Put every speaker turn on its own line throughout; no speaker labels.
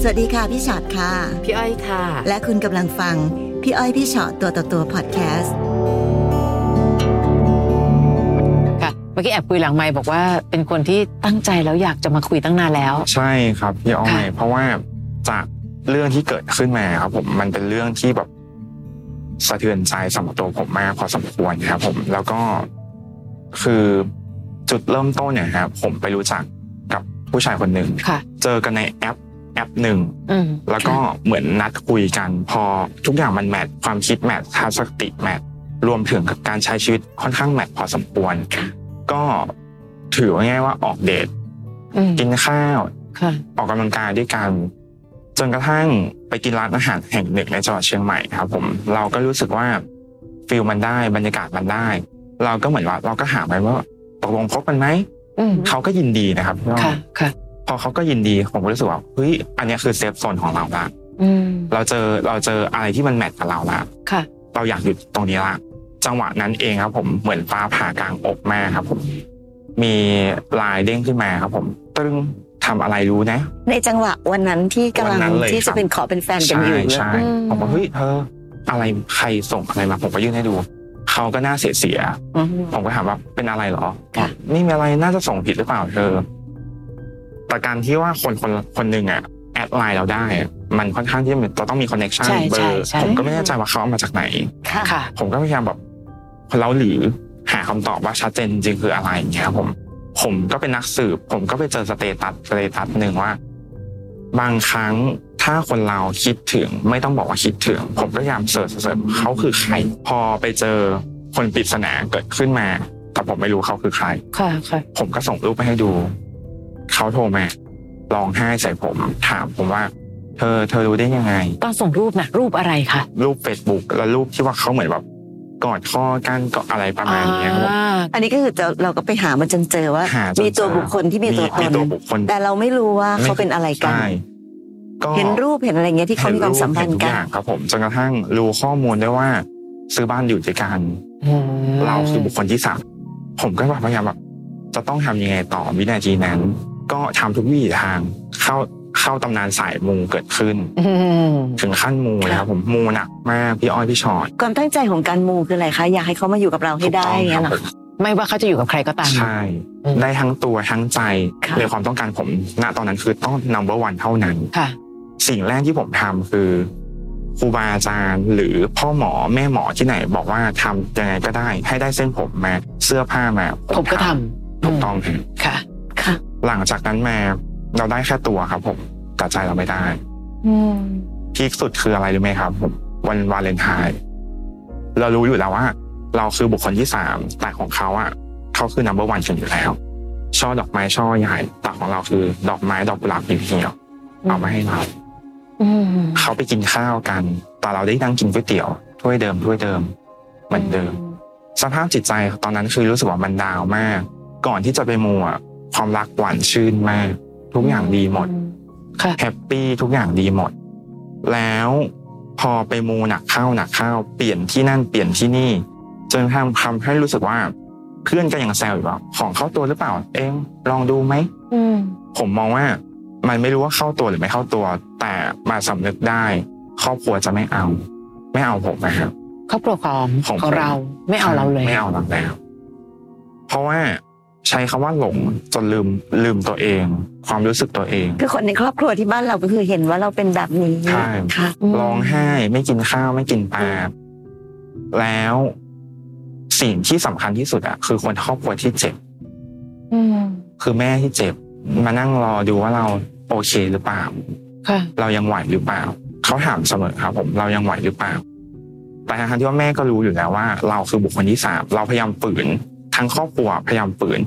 สวัสดีค่ะพี่ชอตค่ะ
พี่อ้อยค่ะ
และคุณกำลังฟัง พี่อ้อยพี่ชอตตัวต่อตัวพอดแคสต์
ค่ะเมื่อกี้แอบคุยหลังไมค์บอกว่าเป็นคนที่ตั้งใจแล้วอยากจะมาคุยตั้งนานแล้ว
ใช่ครับพี่อ้อย
ค่ะ
เพราะว่าจากเรื่องที่เกิดขึ้นมาครับ ผมมันเป็นเรื่องที่แบบสะเทือนใจสำหรับตัวผมมากพอสมควรครับ ผมแล้วก็คือจุดเริ่มต้นเนี่ยครับผมไปรู้จักกับผู้ชายคนหนึ่ง
ค่ะ
เจอกันในแอปแอปหนึ่ง
อืม
แล้วก็เหมือนนัดคุยกันพอทุกอย่างมันแมทความคิดแมททัศนคติแมทรวมถึงกับการใช้ชีวิตค่อนข้างแมทพอสมควร ก็ถือว่าง่ายว่าออกเดท
อืม
กินข้าว
ค่ะ
ออกกำลังกายด้วยกัน จนกระทั่งไปกินร้านอาหารแห่งหนึ่งในจังหวัดเชียงใหม่ครับ ผมเราก็รู้สึกว่าฟิลมันได้บรรยากาศมันได้ เราก็เหมือนว่าเราก็หาไปว่าตกลงคบกันไหม
อืม
เขาก็ยินดีนะครับพี่อ้อย
ค่ะค่ะ
พอเขาก็ยินดีผมก็รู้สึกว่าเฮ้ยอันเนี้ยคือเซฟโซนของเราละ
อืม
เราเจอเราเจออะไรที่มันแมทกับเราละ
ค่ะ
เราอยากหยุดตรงนี้ละจังหวะนั้นเองครับ ผมเหมือนฟ้าผ่ากลางอกแม่ครับ ผม มีลายเด้งขึ้นมาครับ ผมตึ้งทำอะไรรู้นะ
ในจังหวะวันนั้นที่กำลั
วั
ง
นนั้นเลย
ที่
ครั
จะ
บ
เป็นขอเป็นแฟนกันอยู่
ใช่
เลย
ใช่ผมว่าเฮ้ยเธออะไรใครส่งอะไรมา ผมก็ยื่นให้ดู เขาก็หน่าเสียเสีย
อืม
ๆผมก็ถามว่าเป็นอะไรเหรอ
ค่ะ
นี่มีอะไรน่าจะส่งผิดหรือเปล่าเธอแต่การที่ว่าคนคนคนหนึ่งอะแอดไลน์เราได้อะมันค่อนข้างที่มันเราต้องมีคอนเน็ชัน
ใช่
เบอ
ใช่
ร์
ใช่
ผมก็ไม่แน่ใจว่าเขาเอามาจากไหน
ค่ะ
ค่ะ
ผมก็พยายามแบบเราหรือหาคำตอบว่าชัดเจนจริงๆคืออะไรอย่างเงี้ยครับผม ผมก็เป็นนักสืบ ผมก็ไปเจอสเตตัสสเตตัสหนึ่งว่า บางครั้งถ้าคนเราคิดถึง ไม่ต้องบอกว่าคิดถึง ผมก็พยายามเสิร์ชเสิร์ชเขาคือใคร พอไปเจอคนปริศนาเกิดขึ้นมา แต่ผมไม่รู้เขาคือใคร
ค่ะค่ะ
ผมก็ส่งรูปไปให้ดู เขาโทรมาร้องไห้ใส่ผม ถามผมว่า เธอเธอรู้ได้ยังไง
ตอนส่งรูปนะรูปอะไรคะ
รูป Facebook แล้วรูปที่ว่าเขาเหมือนแบบกอดข้อกันก็อะไรประมาณเนี้ยครับผม
อ่า
อันนี้ก็คือจะเราก็ไปหามันจนเจอว่า
หาจน
มีตัว
เจอ
บุคคลที่มีตัวต
มี
น
ตัวบุคคล
แต่เราไม่รู้ว่าเขาเป็นอะไรกัน
ใช่ก็
เห็นรูปเห็นอะไรเงี้ยที่เขามีความสัมพันธ์กัน
เห็รูปเห็ทุอย่างครับ ผมจนกระทั่งรู้ข้อมูลได้ว่า ซื้อบ้านอยู่ด้วยกัน
อืม
เราคือบุคคลที่สามผมก็แบบพยายามแบบจะต้องทำยังไงต่อวินาทีนั้น ก็ทำทุกวิถีทางเข้าเข้าตำนานสายมูเกิดขึ้น
อืม
ถึงขั้นมูเลยครับผมมูหนักมากพี่อ้อยพี่ชอต
ความตั้งใจของการมูคืออะไรคะ อยากให้เขามาอยู่กับเราให้ได้
ถูกต้อง
เงี้ยเหร
ค
อ
รับผม
ไม่ว่าเขาจะอยู่กับใครก็ตาม
ใช่
อืม
ได้ทั้งตัวทั้งใจ
ค่ะ
ในความต้องการผมณตอนนั้นคือต้อง number one เท่านั้น
ค่ะ
สิ่งแรกที่ผมทำคือครูบาอาจารย์หรือพ่อหมอแม่หมอที่ไหน บอกว่าทำยังไงก็ได้ ให้ได้เส้นผมมาเสื้อผ้ามา
ผมก็ทำ
ถูกต้องครับ
ค่ะ
ค่ะ
หลังจากนั้นมาเราได้แค่ตัวครับ ผมแต่ใจเราไม่ได้พีคสุดคืออะไรรู้ไหมครับผมวันวาเลนไทน์เรารู้อยู่แล้วว่า เราคือบุคคลที่สามแต่ของเขาอ่ะเขาคือ number one กันอยู่แล้ว ช่อดอกไม้ช่อใหญ่แต่ของเราคือ ดอกไม้ดอกกุหลาบเหี่ยวๆเอามาให้เรา เขาไปกินข้าวกัน แต่เราได้นั่งกินก๋วยเตี๋ยวถ้วยเดิมถ้วยเดิม เหมือนเดิม สภาพจิตใจตอนนั้นคือรู้สึกว่ามันดาวมาก ก่อนที่จะไปมัวความรักหวานชื่นมาก ทุกอย่างดีหมด
ค่ะ
แฮปปี้ทุกอย่างดีหมด แล้วพอไปมูหนักเข้าหนักเข้าเปลี่ยนที่นั่นเปลี่ยนที่นี่ จนทำทำให้รู้สึกว่า เพื่อนก็ยังแซวอยู่ว่าของเข้าตัวหรือเปล่า เองลองดูไหม ผมมองว่ามันไม่รู้ว่าเข้าตัวหรือไม่เข้าตัว แต่มาสำนึกได้ ครอบครัวจะไม่เอา ไม่เอาผมนะครับ
ครอบครัวของ
ของ
ของเรา
ผม
ไม่เอาเราเลย
ไม่เอาเราแล้ว เพราะว่าใช้คำว่าหลงจนลืมลืมตัวเอง ความรู้สึกตัวเอง
คือคนในครอบครัวที่บ้านเราก็คือเห็นว่าเราเป็นแบบนี้
ใช่
ค่ะ
ม
ร้องไห้ไม่กินข้าวไม่กินปลาแล้วสิ่งที่สำคัญที่สุดอะคือคนครอบครัวที่เจ็บ คือแม่ที่เจ็บ มานั่งรอดูว่าเราโอเคหรือเปล่า
ค่ะ
เรายังไหวหรือเปล่า เขาถามเสมอครับ ผมเรายังไหวหรือเปล่า แต่ทางที่ว่าแม่ก็รู้อยู่แล้วว่า เราคือบุคคลที่สามเราพยายามฝืนทั้งครอบครัวพยายามฝืน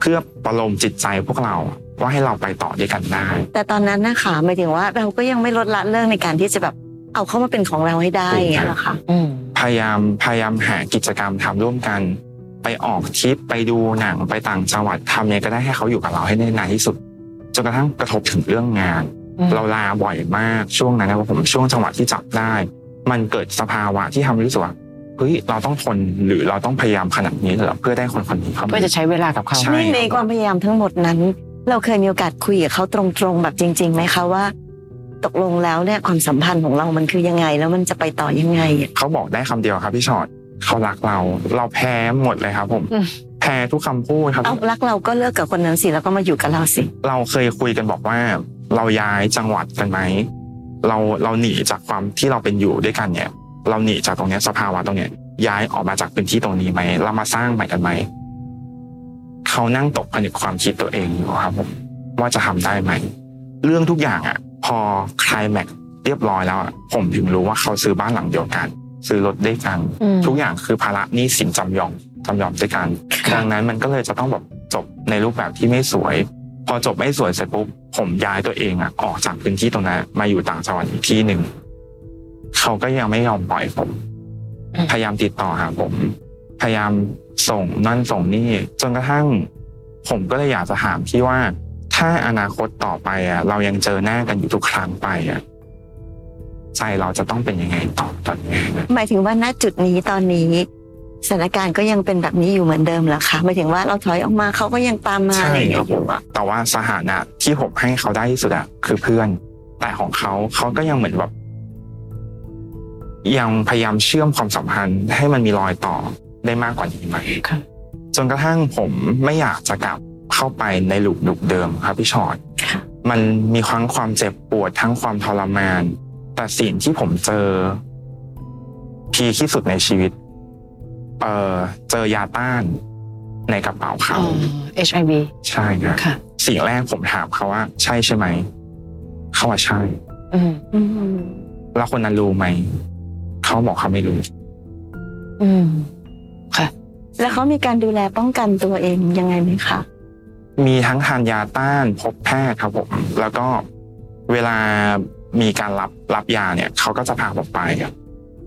เพื่อประโลมจิตใจพวกเราว่าให้เราไปต่อด้วยกันได้
แต่ตอนนั้นนะคะหมายถึงว่าเราก็ยังไม่ลดละเรื่องในการที่จะแบบเอาเข้ามาเป็นของเราให้ได้
ถูก
อย่างเงี้ยเหรอคะ
อืม
พยายามพยายามหากิจกรรมทำร่วมกัน ไปออกทริปไปดูหนังไปต่างจังหวัดทำยังไงก็ได้ให้เขาอยู่กับเราให้ได้นานที่สุดจนกระทั่งกระทบถึงเรื่องงาน เราลาบ่อยมากช่วงนั้นนะครับผมช่วงจังหวะที่จับได้ มันเกิดสภาวะที่ทำให้รู้สึกว่าเฮ้ยเราต้องทนหรือเราต้องพยายามขนาดนี้เหรอเพื่อได้คนคนนี้เข้ามา
เพื่อจะใช้เวลากับเขา
ใช่
นี่ในความพยายามทั้งหมดนั้น เราเคยมีโอกาสคุยกับเขาตรงๆแบบจริงๆไหมคะว่า ตกลงแล้วเนี่ยความสัมพันธ์ของเรามันคือยังไง แล้วมันจะไปต่อยังไงอะ
เขาบอกได้คำเดียวครับพี่ชอดเขารักเรา เราแพ้หมดเลยครับ ผม
อืม
แพ้ทุกคำพูดครับ
เอารักเราก็เลิกกับคนนั้นสิแล้วก็มาอยู่กับเราสิ
เราเคยคุยกันบอกว่า เราย้ายจังหวัดกันไหมเราเราหนีจากความที่เราเป็นอยู่ด้วยกันเนี่ย เราหนีจากตรงเนี้ยสภาวะตรงเนี้ยย้ายออกมาจากพื้นที่ตรงนี้ไหมเรามาสร้างใหม่กันไหมเขานั่งตกผนึกความคิดตัวเองอยู่ครับผมว่าจะทำได้ไหมเรื่องทุกอย่างอ่ะ พอคลายแม็กเรียบร้อยแล้วอะผมถึงรู้ว่าเขาซื้อบ้านหลังเดียวกัน ซื้อรถด้วยกัน
อืม
ทุกอย่างคือภาระหนี้สินจำยอมจำยอมด้วยกัน
ค่ะ
ดังนั้นมันก็เลยจะต้องแบบจบในรูปแบบที่ไม่สวย พอจบไม่สวยเสร็จปุ๊บผมย้ายตัวเองอะออกจากพื้นที่ตรงนั้นมาอยู่ต่างจังหวัดอีกที่หนึ่งเขาก็ยังไม่ยอมปล่อยผม
อืม
พยายามติดต่อหาผม พยายามส่งนั่นส่งนี่จนกระทั่ง ผมก็เลยอยากจะถามพี่ว่า ถ้าอนาคตต่อไปอะเรายังเจอหน้ากันอยู่ทุกครั้งไปอะใจเราจะต้องเป็นยังไงต่อตอนนี้
หมายถึงว่าณจุดนี้ตอนนี้สถานการณ์ก็ยังเป็นแบบนี้อยู่เหมือนเดิมเหรอคะหมายถึงว่าเราถอยออกมาเขาก็ยังตามมา
ใช่
อะไรอย่าง
ค
เงี้
รั
ย
บผมแต่ว่าสถานะที่ผมให้เขาได้ที่สุดอะคือเพื่อน แต่ของเขาเขาก็ยังเหมือนแบบ ยังพยายามเชื่อมความสัมพันธ์ให้มันมีรอยต่อได้มากกว่านี้ไหม
ค่ะ
จนกระทั่งผมไม่อยากจะกลับเข้าไปในหลุมหลุมเดิมครับพี่ชอต
ค่ะ
มันมีทั้งความเจ็บปวดทั้งความทรมาน แต่สิ่งที่ผมเจอพีคที่สุดในชีวิต เออเจอยาต้านในกระเป๋าเขา
อ๋อ HIV
ใช่ครับ
ค่ะ
สิ่งแรกผมถามเขาว่าใช่ใช่ไหม เขาว่าใช่
อืม
อืม
แล้วคนนั้นรู้ไหม เขาบอกเขาไม่รู้
อืม
แล้วเขามีการดูแลป้องกันตัวเองยังไงไหมคะ
มีทั้งทานยาต้านพบแพทย์ครับผม แล้วก็เวลามีการรับรับยาเนี่ย เขาก็จะพาผมไปอะ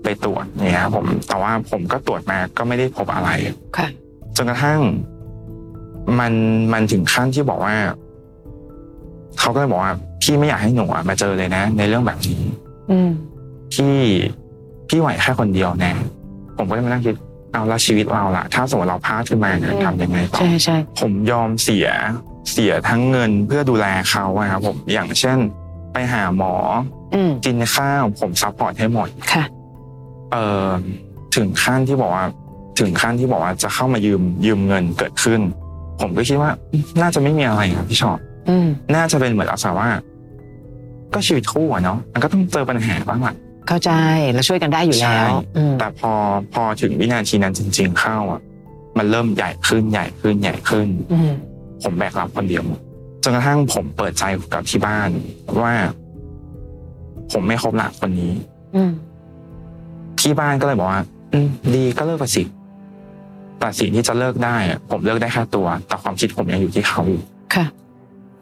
ไปตรวจเนี่ยครับผม แต่ว่าผมก็ตรวจมาก็ไม่ได้พบอะไร
ค่ะ
จนกระทั่ง มันมันถึงขั้นที่บอกว่า เขาก็เลยบอกว่าพี่ไม่อยากให้หนูอะมาเจอเลยนะ ในเรื่องแบบนี้
อืม
ที่พี่ไหวแค่คนเดียวแน่ผมก็เลยมานั่งคิดเอาและชีวิตเราละถ้าสมมติเราพลาดขึ้นมาเนี่ย
อืม
ทำยังไงต่อ
ใช่ใช่
ผมยอมเสียเสียทั้งเงินเพื่อดูแลเขาอะครับผมอย่างเช่น ไปหาหมอ
อืม
กินข้าวผมซัพพอร์ตให้หมด
ค่ะ
เออถึงขั้นที่บอกว่าถึงขั้นที่บอกว่าจะเข้ามายืมยืมเงินเกิดขึ้น ผมก็คิดว่าน่าจะไม่มีอะไรครับพี่ชอบ
อืม
น่าจะเป็นเหมือนลักษณะว่า ก็ชีวิตคู่อะเนาะมันก็ต้องเจอปัญหาบ้างแหละ
เข้าใจแล้วช่วยกันได้อยู่แล้ว
ใช่
อืม
แต่พอพอถึงวินาทีนั้นจริง ๆ เข้าอ่ะ มันเริ่มใหญ่ขึ้นใหญ่ขึ้นใหญ่ขึ้น
อืม
ผมแบกรับคนเดียวจนกระทั่งผมเปิดใจกับที่บ้านว่า ผมไม่คบหลักคนนี้
อืม
ที่บ้านก็เลยบอกว่า อืมดีก็เลิกไปสิแต่สิ่งที่จะเลิกได้อะผมเลิกได้แค่ตัว แต่ความคิดผมยังอยู่ที่เขาอยู่
ค่ะ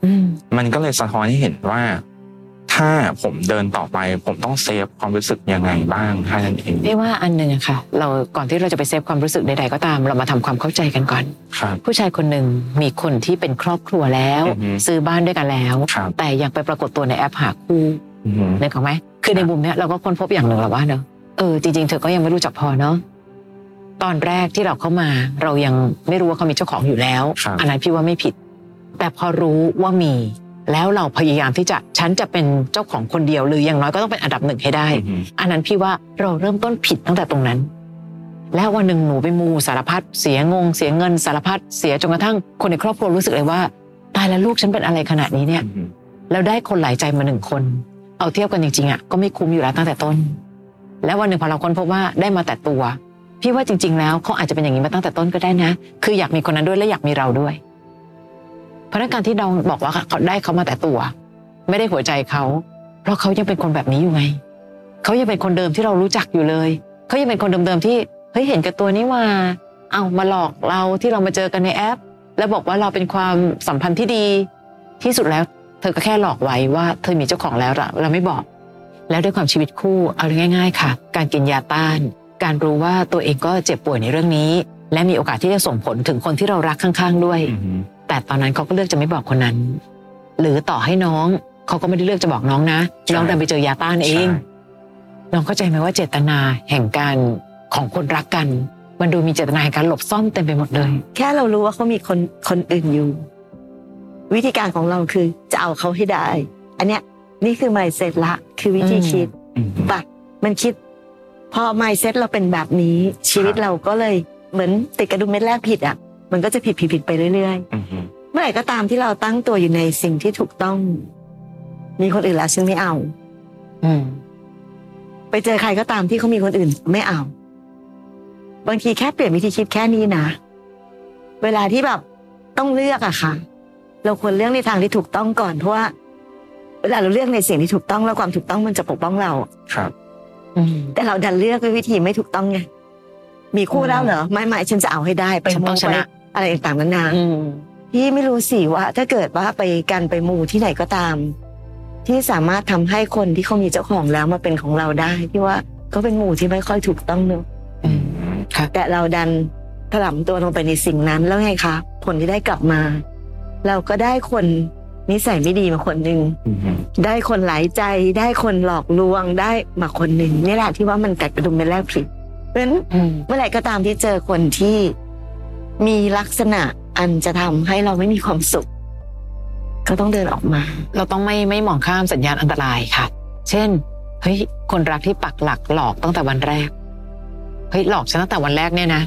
อืม
มันก็เลยสะท้อนให้เห็นว่า ถ้าผมเดินต่อไป ผมต้องเซฟความรู้สึกยังไงบ้างแค่นั้นเอง
พี่ว่าอันหนึ่งอะค่ะ เราก่อนที่เราจะไปเซฟความรู้สึกใดๆก็ตาม เรามาทำความเข้าใจกันก่อน
ครับ
ผู้ชายคนหนึ่งมีคนที่เป็นครอบครัวแล้ว
อือฮึ
ซื้อบ้านด้วยกันแล้ว
ครับ
แต่ยังไปปรากฏตัวในแอปหาคู่
อือหือ
นึกออกไหมคือในมุมเนี้ยเราก็ค้นพบอย่างหนึ่งแหละว่าเนอะเออจริงๆเธอก็ยังไม่รู้จักพอเนาะตอนแรกที่เราเข้ามา เรายังไม่รู้ว่าเขามีเจ้าของอยู่แล้ว
ครับ
อันนั้นพี่ว่าไม่ผิด แต่พอรู้ว่ามี แล้วเราพยายามที่จะฉันจะเป็นเจ้าของคนเดียวหรืออย่างน้อยก็ต้องเป็นอันดับหนึ่งให้ได้
อือหือ
อันนั้นพี่ว่าเราเริ่มต้นผิดตั้งแต่ตรงนั้น และวันหนึ่งหนูไปมูสารพัดเสียงง เสียเงินสารพัดเสียจนกระทั่งคนในครอบครัวรู้สึกเลยว่า ตายแล้วลูกฉันเป็นอะไรขนาดนี้เนี่ย
อือหือ
แล้วได้คนหลายใจมาหนึ่งคน เอาเทียบกันจริงๆอ่ะก็ไม่คุ้มอยู่แล้วตั้งแต่ต้น แล้ววันหนึ่งพอเราค้นพบว่าได้มาแต่ตัว พี่ว่าจริง ๆ แล้วเขาอาจจะเป็นอย่างนี้มาตั้งแต่ต้นก็ได้นะ คืออยากมีคนนั้นด้วยและอยากมีเราด้วย เพราะฉะนั้นการที่เราบอกว่าเขาได้เขามาแต่ตัว ไม่ได้หัวใจเขา เพราะเขายังเป็นคนแบบนี้อยู่ไงเขายังเป็นคนเดิมที่เรารู้จักอยู่เลยเขายังเป็นคนเดิมๆที่เฮ้ยเห็นกับตัวนี่ว่า เอามาหลอกเราที่เรามาเจอกันในแอป แล้วบอกว่าเราเป็นความสัมพันธ์ที่ดี ที่สุดแล้ว เธอก็แค่หลอกไว้ว่าเธอมีเจ้าของแล้วล่ะเราไม่บอก แล้วด้วยความชีวิตคู่เอาง่าย ๆ ค่ะ การกินยาต้าน การรู้ว่าตัวเองก็เจ็บป่วยในเรื่องนี้ และมีโอกาสที่จะส่งผลถึงคนที่เรารักข้างๆด้วย
อือหือ
แต่ตอนนั้นเขาก็เลือกจะไม่บอกคนนั้น หรือต่อให้น้องเขาก็ไม่ได้เลือกจะบอกน้องนะ
ใช่
น้องดันไปเจอยาต้านเอง
ใช่
น้องเข้าใจไหมว่าเจตนาแห่งการของคนรักกัน มันดูมีเจตนาแห่งการหลบซ่อนเต็มไปหมดเลย
แค่เรารู้ว่าเขามีคนคนอื่นอยู่ วิธีการของเราคือจะเอาเขาให้ได้ อันเนี้ย นี่คือ mindset ละ คือวิธีคิด
อืม
ปะมันคิด พอ mindset เราเป็นแบบนี้ ชีวิต
ครับ
เราก็เลยเหมือนติดกระดุมเม็ดแรกผิดอ่ะ มันก็จะผิดผิดผิดไปเรื่อย
อืมอืม
ๆ เมื่อไหร่ก็ตามที่เราตั้งตัวอยู่ในสิ่งที่ถูกต้อง มีคนอื่นแล้วฉันไม่เอา
อืม
ไปเจอใครก็ตามที่เขามีคนอื่นไม่เอา บางทีแค่เปลี่ยนวิธีคิดแค่นี้นะ เวลาที่แบบต้องเลือกอะค่ะ เราควรเลือกในทางที่ถูกต้องก่อนเพราะว่าเวลาเราเลือกในสิ่งที่ถูกต้องแล้วความถูกต้องมันจะปกป้องเรา
ครับ
อืม
แต่เราดันเลือกด้วยวิธีไม่ถูกต้องไง มีคู่แล้วเหรอไม่ไม่ฉันจะเอาให้ได้ไป
ฉันต้อง
มู
ชนะ
ไปอะไรต่างๆนานา
อืม
พี่ไม่รู้สิว่า ถ้าเกิดว่าไปกันไปมูที่ไหนก็ตาม ที่สามารถทำให้คนที่เขามีเจ้าของแล้วมาเป็นของเราได้พี่ว่าก็เป็นหมู่ที่ไม่ค่อยถูกต้องเนอะ
อืม
แต่เราดันถลำตัวลงไปในสิ่งนั้นแล้วไงคะผลที่ได้กลับมา เราก็ได้คนนิสัยไม่ดีมาคนหนึ่ง
อืมอืม
ได้คนหลายใจได้คนหลอกลวงได้มาคนหนึ่งนี่แหละที่ว่ามันกัดกระดุมเป็นแรกผิดเพราะฉะนั้น
อืม
เมื่อไหร่ก็ตามที่เจอคนที่มีลักษณะอันจะทำให้เราไม่มีความสุข ก็ต้องเดินออกมา
เราต้องไม่ไม่มองข้ามสัญญาณอันตรายค่ะ เช่น เฮ้ย คนรักที่ปักหลักหลอกตั้งแต่วันแรก เฮ้ย หลอกฉันตั้งแต่วันแรกเนี่ยนะ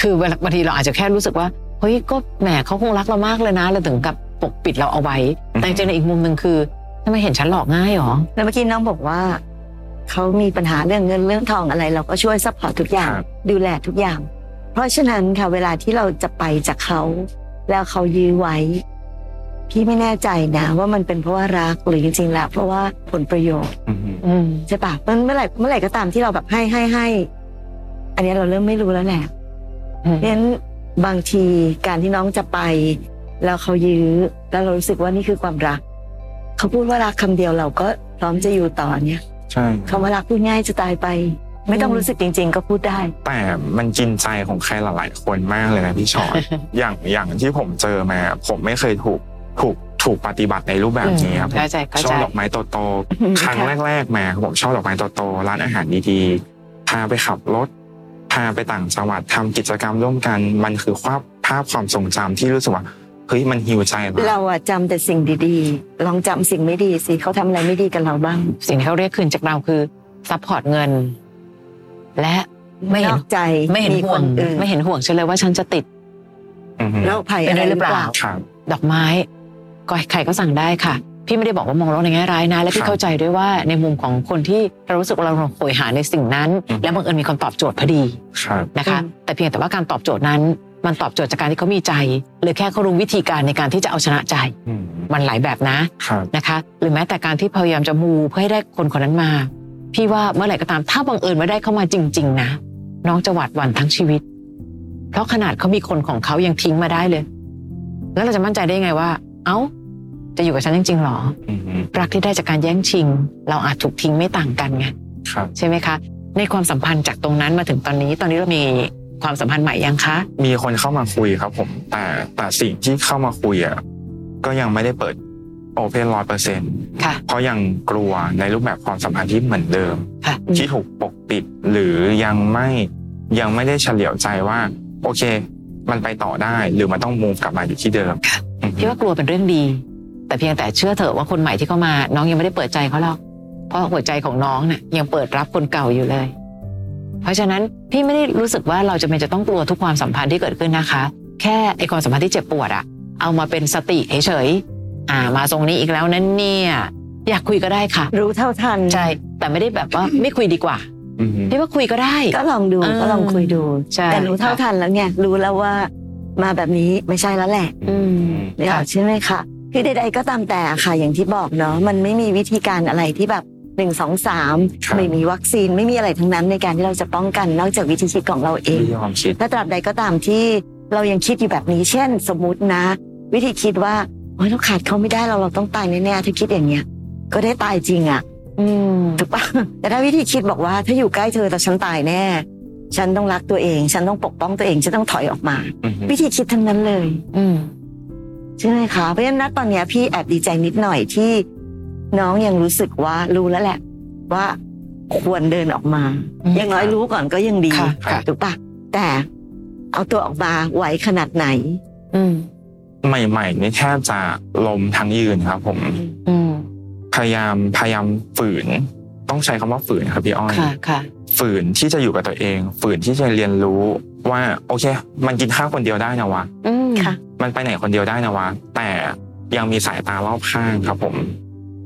คือเวลาบางทีเราอาจจะแค่รู้สึกว่า เฮ้ย ก็แหมเขาคงรักเรามากเลยนะ เราถึงกับปกปิดเราเอาไว้ แต่จริงๆในอีกมุมหนึ่งคือทำไมเห็นฉันหลอกง่ายหรอ
แล้วเมื่อกี้น้องบอกว่า เขามีปัญหาเรื่องเงินเรื่องทองอะไร เราก็ช่วยซัพพอร์ตทุกอย่าง
ครับ
ดูแลทุกอย่าง เพราะฉะนั้นค่ะ เวลาที่เราจะไปจากเขา แล้วเขายื้อไว้ พี่ไม่แน่ใจนะ ว่ามันเป็นเพราะว่ารักหรือจริงๆแล้วเพราะว่าผลประโยชน์
อืมอืม
อืม
ใช่ปะมันเมื่อไหร่เมื่อไหร่ก็ตามที่เราแบบให้ให้ให้อันเนี้ยเราเริ่มไม่รู้แล้วแหละ
อืม
เพราะฉะนั้นบางทีการที่น้องจะไป แล้วเขายื้อ แล้วเรารู้สึกว่านี่คือความรัก เขาพูดว่ารักคำเดียวเราก็พร้อมจะอยู่ต่อเนี่ย
ใช่
คำว่ารักพูดง่ายจะตายไป ไม่ต้องรู้สึกจริง ๆ ก็พูดได้
แต่มันกินใจของใครหลายๆคนมากเลยนะพี่ชอน อย่างอย่างที่ผมเจอมา ผมไม่เคยถูกถูกถูกปฏิบัติในรูปแบบนี้ครับ
เข้าใจเข้า
ช่
ใจ
อดอกไม้โต
อืม
ๆครั้ง
ค่ะ
แรกๆมาผมช่อดอกไม้โตๆร้านอาหารดีๆ พาไปขับรถ พาไปต่างจังหวัดทำกิจกรรมร่วมกัน มันคือภาพภาพความทรงจำที่รู้สึกว่าเฮ้ยมันฮิวใจ
เรา
เรา
อะจำแต่สิ่งดีๆ ลองจำสิ่งไม่ดีสิเขาทำอะไรไม่ดีกับเราบ้าง
สิ่งที่เขาเรียกคืนจากเราคือซัพพอร์ตเงิน และไม่เห็
นอ
น
กใจ
ไม่เห็น
มี
ห่
คว
ง
นอื่น
ไม่เห็นห่วงฉันเลยว่าฉันจะติด
อือฮึ
โรคภัยอะไรหรือเปล่า
ครับ
ดอกไม้ก็ใครก็สั่งได้ค่ะ พี่ไม่ได้บอกว่ามองโลกในแง่ร้ายนะ และ
ครั
พี่
บ
เข้าใจด้วยว่าในมุมของคนที่เรารู้สึกว่าเราโหยหาในสิ่งนั้น
อืม
และบังเอิญมีคนตอบโจทย์พอดี
ครับ
นะคะ
อืม
แต่เพียงแต่ว่าการตอบโจทย์นั้น มันตอบโจทย์จากการที่เขามีใจ หรือแค่เขารู้วิธีการในการที่จะเอาชนะใจ
อืม
มันหลายแบบนะครับ นะคะ หรือแม้แต่การที่พยายามจะมูเพื่อให้ได้คนคนนั้นมา พี่ว่าเมื่อไหร่ก็ตามถ้าบังเอิญไม่ได้เข้ามาจริง ๆ นะ น้องจะหวาดหวั่นทั้งชีวิต เพราะขนาดเขามีคนของเขายังทิ้งมาได้เลย แล้วเราจะมั่นใจได้ไงว่า เอ้า จะอยู่กับฉันจริงๆหรอ
อือฮึ
รักที่ได้จากการแย่งชิง เราอาจถูกทิ้งไม่ต่างกันไง
ครับ
ใช่ไหมคะ ในความสัมพันธ์จากตรงนั้นมาถึงตอนนี้ตอนนี้เรามีความสัมพันธ์ใหม่ยังคะ
มีคนเข้ามาคุยครับผม แต่แต่สิ่งที่เข้ามาคุยอ่ะก็ยังไม่ได้เปิดโอเพนร้อยเปอร์เซ็นต์
ค่ะ
เพราะยังกลัวในรูปแบบความสัมพันธ์ที่เหมือนเดิม
ค่ะ
อืม
ที่ถูกปกปิดหรือยังไม่ยังไม่ได้เฉลียวใจว่า โอเค มันไปต่อได้หรือมันต้องมูฟกลับมาอยู่ที่เดิม
ค่ะ
อือฮึ
พี่ว่ากลัวเป็นเรื่องดี แต่เพียงแต่เชื่อเถอะว่าคนใหม่ที่เข้ามา น้องยังไม่ได้เปิดใจเขาหรอกเพราะหัวใจของน้องน่ะยังเปิดรับคนเก่าอยู่เลย เพราะฉะนั้นพี่ไม่ได้รู้สึกว่าเราจะเป็นจะต้องกลัวทุกความสัมพันธ์ที่เกิดขึ้นนะคะ แค่ไอความสัมพันธ์ที่เจ็บปวดอะเอามาเป็นสติเฉยๆอ่า มาทรงนี้อีกแล้วนั่นเนี่ย อยากคุยก็ได้ค่ะ
รู้เท่าทัน
ใช่แต่ไม่ได้แบบว่าไม่คุยดีกว่า
อือฮึ
พี่ว่าคุยก็ได้
ก็ลองดู
เออ
ก็ลองคุยดู
ใช่
แต่รู้เท่าทันแล้วไงรู้แล้วว่ามาแบบนี้ไม่ใช่แล้วแหละ
อืม
เดี๋ยว
ค่ะ
ใช่ไหมคะคือใดๆก็ตามแต่อะค่ะอย่างที่บอกเนาะมันไม่มีวิธีการอะไรที่แบบหนึ่งสองสาม
ครับ
ไม่มีวัคซีนไม่มีอะไรทั้งนั้นในการที่เราจะป้องกันนอกจากวิธีคิดของเราเอง
ที่ความคิด
ถ้าตราบใดก็ตามที่เรายังคิดอยู่แบบนี้ เช่น สมมตินะ วิธีคิดว่าโอ้ยเราขาดเขาไม่ได้เราเราต้องตายแน่ๆถ้าคิดอย่างเงี้ย ก็ได้ตายจริงอ่ะ
อืม
ถูกปะ แต่ถ้าวิธีคิดบอกว่าถ้าอยู่ใกล้เธอแต่ฉันตายแน่ ฉันต้องรักตัวเอง ฉันต้องปกป้องตัวเองฉันต้องถอยออกมา
อือฮึ
วิธีคิดทั้งนั้นเลย
อืม
ใช่ไหมคะ เพราะฉะนั้นณตอนเนี้ยพี่แอบดีใจนิดหน่อยที่น้องยังรู้สึกว่ารู้แล้วแหละ ว่าควรเดินออกมา
อืม
อยังน้อยรู้ก่อนก็ยังดี
ค่ะค่ะ
ถูกปะแต่เอาตัวออกมาไหวขนาดไหน
อืม
ใหม่ๆนี่แทบจะลมทั้งยืนครับผม
อืม
ข ยายามพยายามฝืน ต้องใช้คำว่าฝืนครับพี่อ้อย
ค่ะค่ะ
ฝืนที่จะอยู่กับตัวเอง ฝืนที่จะเรียนรู้ว่าโอเค มันกินข้าวคนเดียวได้นะวะ
อืม
ค่ะ
มันไปไหนคนเดียวได้นะวะ แต่ยังมีสายตารอบข้างครับผม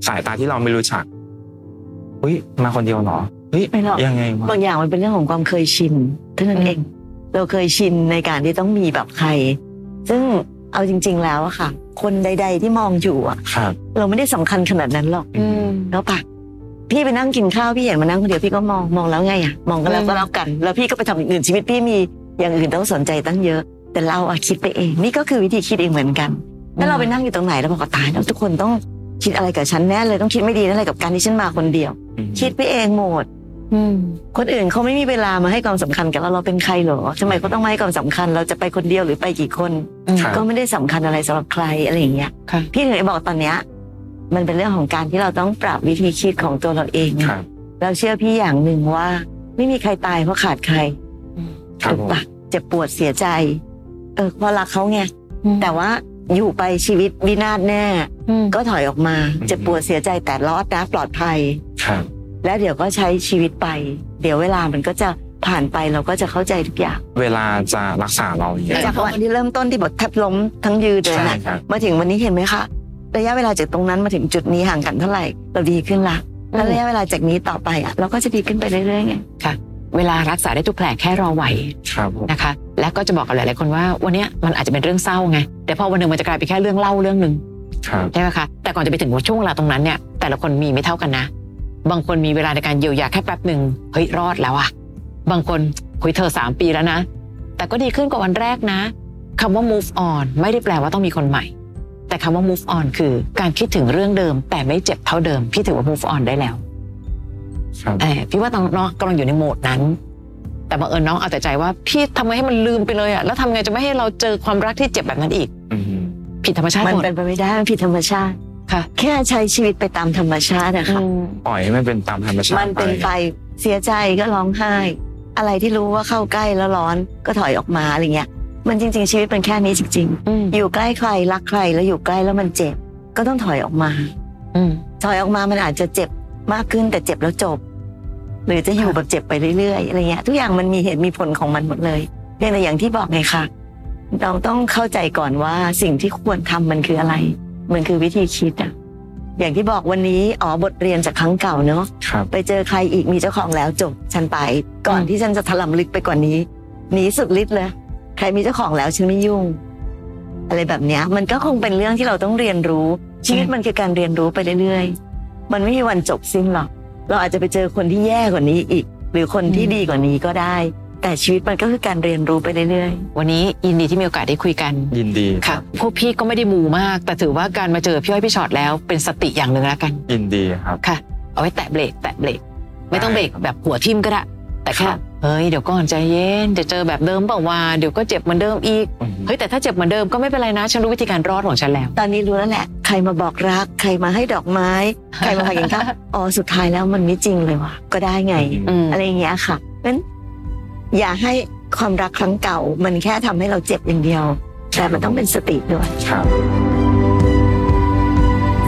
สายตาที่เราไม่รู้จักเฮ้ยมาคนเดียวเหรอเฮ้ย
ไม่หรอก
ยังไงวะ
บางอย่างมันเป็นเรื่องของความเคยชินเท่านั้นเอง เราเคยชินในการที่ต้องมีแบบใคร ซึ่งเอาจริง ๆ แล้วอะค่ะ คนใด ๆ ที่มองอยู่อะ
ครับ
เราไม่ได้สำคัญขนาดนั้นหรอก
อืม
แล้วปะพี่ไปนั่งกินข้าวพี่เห็นมานั่งคนเดียวพี่ก็มองมองแล้วไงอะมองก็แล้ว
อืม
ก็แล้วกัน แล้วพี่ก็ไปทำอย่างอื่นชีวิตพี่มีอย่างอื่นต้องสนใจตั้งเยอะ แต่เราอะคิดไปเอง นี่ก็คือวิธีคิดเองเหมือนกัน ถ้าเราไปนั่งอยู่ตรงไหนแล้วบอกว่าตายแล้วทุกคนต้องคิดอะไรกับฉันแน่เลยต้องคิดไม่ดีแน่เลยกับการที่ฉันมาคนเดียว คิดไปเองหมด
อืม
คนอื่นเขาไม่มีเวลามาให้ความสำคัญกับเราเราเป็นใครเหรอทำไมเขาต้องมาให้ความสำคัญ เราจะไปคนเดียวหรือไปกี่คน
อืม
ครับ
ก็ไม่ได้สำคัญอะไรสำหรับใครอะไรอย่างเงี้ย
ค่ะ
พี่ถึงได้บอกตอนเนี้ยมันเป็นเรื่องของการที่เราต้องปรับวิธีคิดของตัวเราเอง
ครับ
เราเชื่อพี่อย่างหนึ่งว่า ไม่มีใครตายเพราะขาดใคร
ครับ
ถูก
ผม
ปะเจ็บปวดเสียใจ เออเพราะรักเขาไง
อืม
แต่ว่าอยู่ไปชีวิตวินาศแน่
อืม
ก็ถอยออกมา
อืม
เจ็บปวดเสียใจแต่รอดนะปลอดภัย
ครับ
แล้วเดี๋ยวก็ใช้ชีวิตไป เดี๋ยวเวลามันก็จะผ่านไปเราก็จะเข้าใจทุกอย่าง
เวลาจะรักษาเราอย่างเงี้ย
จากวันที่เริ่มต้นที่บอกแทบล้มทั้งยืนเดิน
ใช่
น่ะ
ครับ
มาถึงวันนี้เห็นไหมคะระยะเวลาจากตรงนั้นมาถึงจุดนี้ห่างกันเท่าไหร่เราดีขึ้นละ
อืม
แล้วระยะเวลาจากนี้ต่อไปอ่ะเราก็จะดีขึ้นไปเรื่อยๆไง
เวลารักษาได้ทุกแผลแค่รอไหว
ครับผม
นะคะและก็จะบอกกับหลายๆคนว่าวันเนี้ยมันอาจจะเป็นเรื่องเศร้าไงแต่พอวันหนึ่งมันจะกลายเป็นแค่เรื่องเล่าเรื่องหนึ่ง
ครับ
ใช่ไหมคะแต่ก่อนจะไปถึงช่วงเวลาตรงนั้นเนี่ยแต่ละคนมีไม่เท่ากันนะ บางคนมีเวลาในการเยียวยาแค่แป๊บหนึ่งเฮ้ยรอดแล้วอะบางคนคุยเธอสามปีแล้วนะ แต่ก็ดีขึ้นกว่าวันแรกนะคำว่า move on ไม่ได้แปลว่าต้องมีคนใหม่ แต่คำว่า move on คือการคิดถึงเรื่องเดิม แต่ไม่เจ็บเท่าเดิมพี่ถือว่า move on ได้แล้ว
ครับ
เออพี่ว่าน้องน้องกำลังอยู่ในโหมดนั้น แต่บังเอิญน้องเอาแต่ใจว่าพี่ทำไงให้มันลืมไปเลยอะแล้วทำไงจะไม่ให้เราเจอความรักที่เจ็บแบบนั้นอีก
อืม
ผิดธรรมชาติ
มัน
หมด
เป็นไปไม่ได้มันผิดธรรมชาติ
ค่ะ
แค่ใช้ชีวิตไปตามธรรมชาตินะคะ
ปล่อยให้มันเป็นตามธรรมชาติ
มันเป็นไปเสียใจก็ร้องไห้ อะไรที่รู้ว่าเข้าใกล้แล้วร้อนก็ถอยออกมาอะไรเงี้ยมันจริง ๆ ชีวิตมันแค่นี้จริง
อืม
ๆ อยู่ใกล้ใครรักใครแล้วอยู่ใกล้แล้วมันเจ็บก็ต้องถอยออกมา
อืม
ถอยออกมามันอาจจะเจ็บมากขึ้นแต่เจ็บแล้วจบ หรือจะอยู่
ค่ะ
แบบเจ็บไปเรื่อยๆอะไรเงี้ยทุกอย่างมันมีเหตุมีผลของมันหมดเลยเพียงแต่อย่างที่บอกไงค่ะเราต้องเข้าใจก่อนว่าสิ่งที่ควรทำมันคืออะไร มันคือวิธีคิดอะอย่างที่บอกวันนี้อ๋อบทเรียนจากครั้งเก่าเนอะ
ครับ
ไปเจอใครอีกมีเจ้าของแล้วจบฉันไป ก่อนที่ฉันจะถลำลึกไปกว่านี้หนีสุดฤทธิ์เลยใครมีเจ้าของแล้วฉันไม่ยุ่ง อะไรแบบเนี้ยมันก็คงเป็นเรื่องที่เราต้องเรียนรู้ ชีวิตมันคือการเรียนรู้ไปเรื่อยๆ มันไม่มีวันจบสิ้นหรอก เราอาจจะไปเจอคนที่แย่กว่านี้อีก หรือคนที่
อืม
ดีกว่านี้ก็ได้ แต่ชีวิตมันก็คือการเรียนรู้ไปเรื่อย
วันนี้ยินดีที่มีโอกาสได้คุยกัน
ยินดีค
ค่ะ
รับ
พวกพี่ก็ไม่ได้มูมาก แต่ถือว่าการมาเจอพี่อ้อยพี่ชอตแล้วเป็นสติอย่างหนึ่งแล้วกัน
ยินดีครับ
ค่ะ เอาไว้แตะเบรกแตะเบรกไม่ต้องเบรกแบบหัวทิ่มก็ได้ แต่แค่
ครับ
เฮ้ยเดี๋ยวก่อนใจเย็นจะเจอแบบเดิมเปล่าวะเดี๋ยวก็เจ็บเหมือนเดิมอีก
อืม
เฮ้ยแต่ถ้าเจ็บเหมือนเดิมก็ไม่เป็นไรนะฉันรู้วิธีการรอดของฉันแล้ว
ๆ ตอนนี้รู้แล้วแหละ ใครมาบอกรัก ใครมาให้ดอกไม้ ใครมาพากินข้าว อ๋อสุดท้ายแล้วมันไม่จริงเลยว่ะ ก็ได้ไง
อืม
อะไรอย่างเงี้ยค่ะงั้นอย่าให้ความรักครั้งเก่า มันแค่ทำให้เราเจ็บอย่างเดียว แต่มันต้องเป็นสติด้วย
ครับ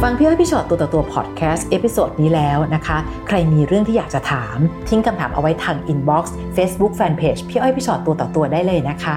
ฟังพี่อ้อยพี่ชอตตัวต่อตัวพอดแคสต์เอพิโซดนี้แล้วนะคะ ใครมีเรื่องที่อยากจะถาม ทิ้งคำถามเอาไว้ทางอินบ็อกซ์เฟซบุ๊กแฟนเพจพี่อ้อยพี่ชอตตัวต่อตัวได้เลยนะคะ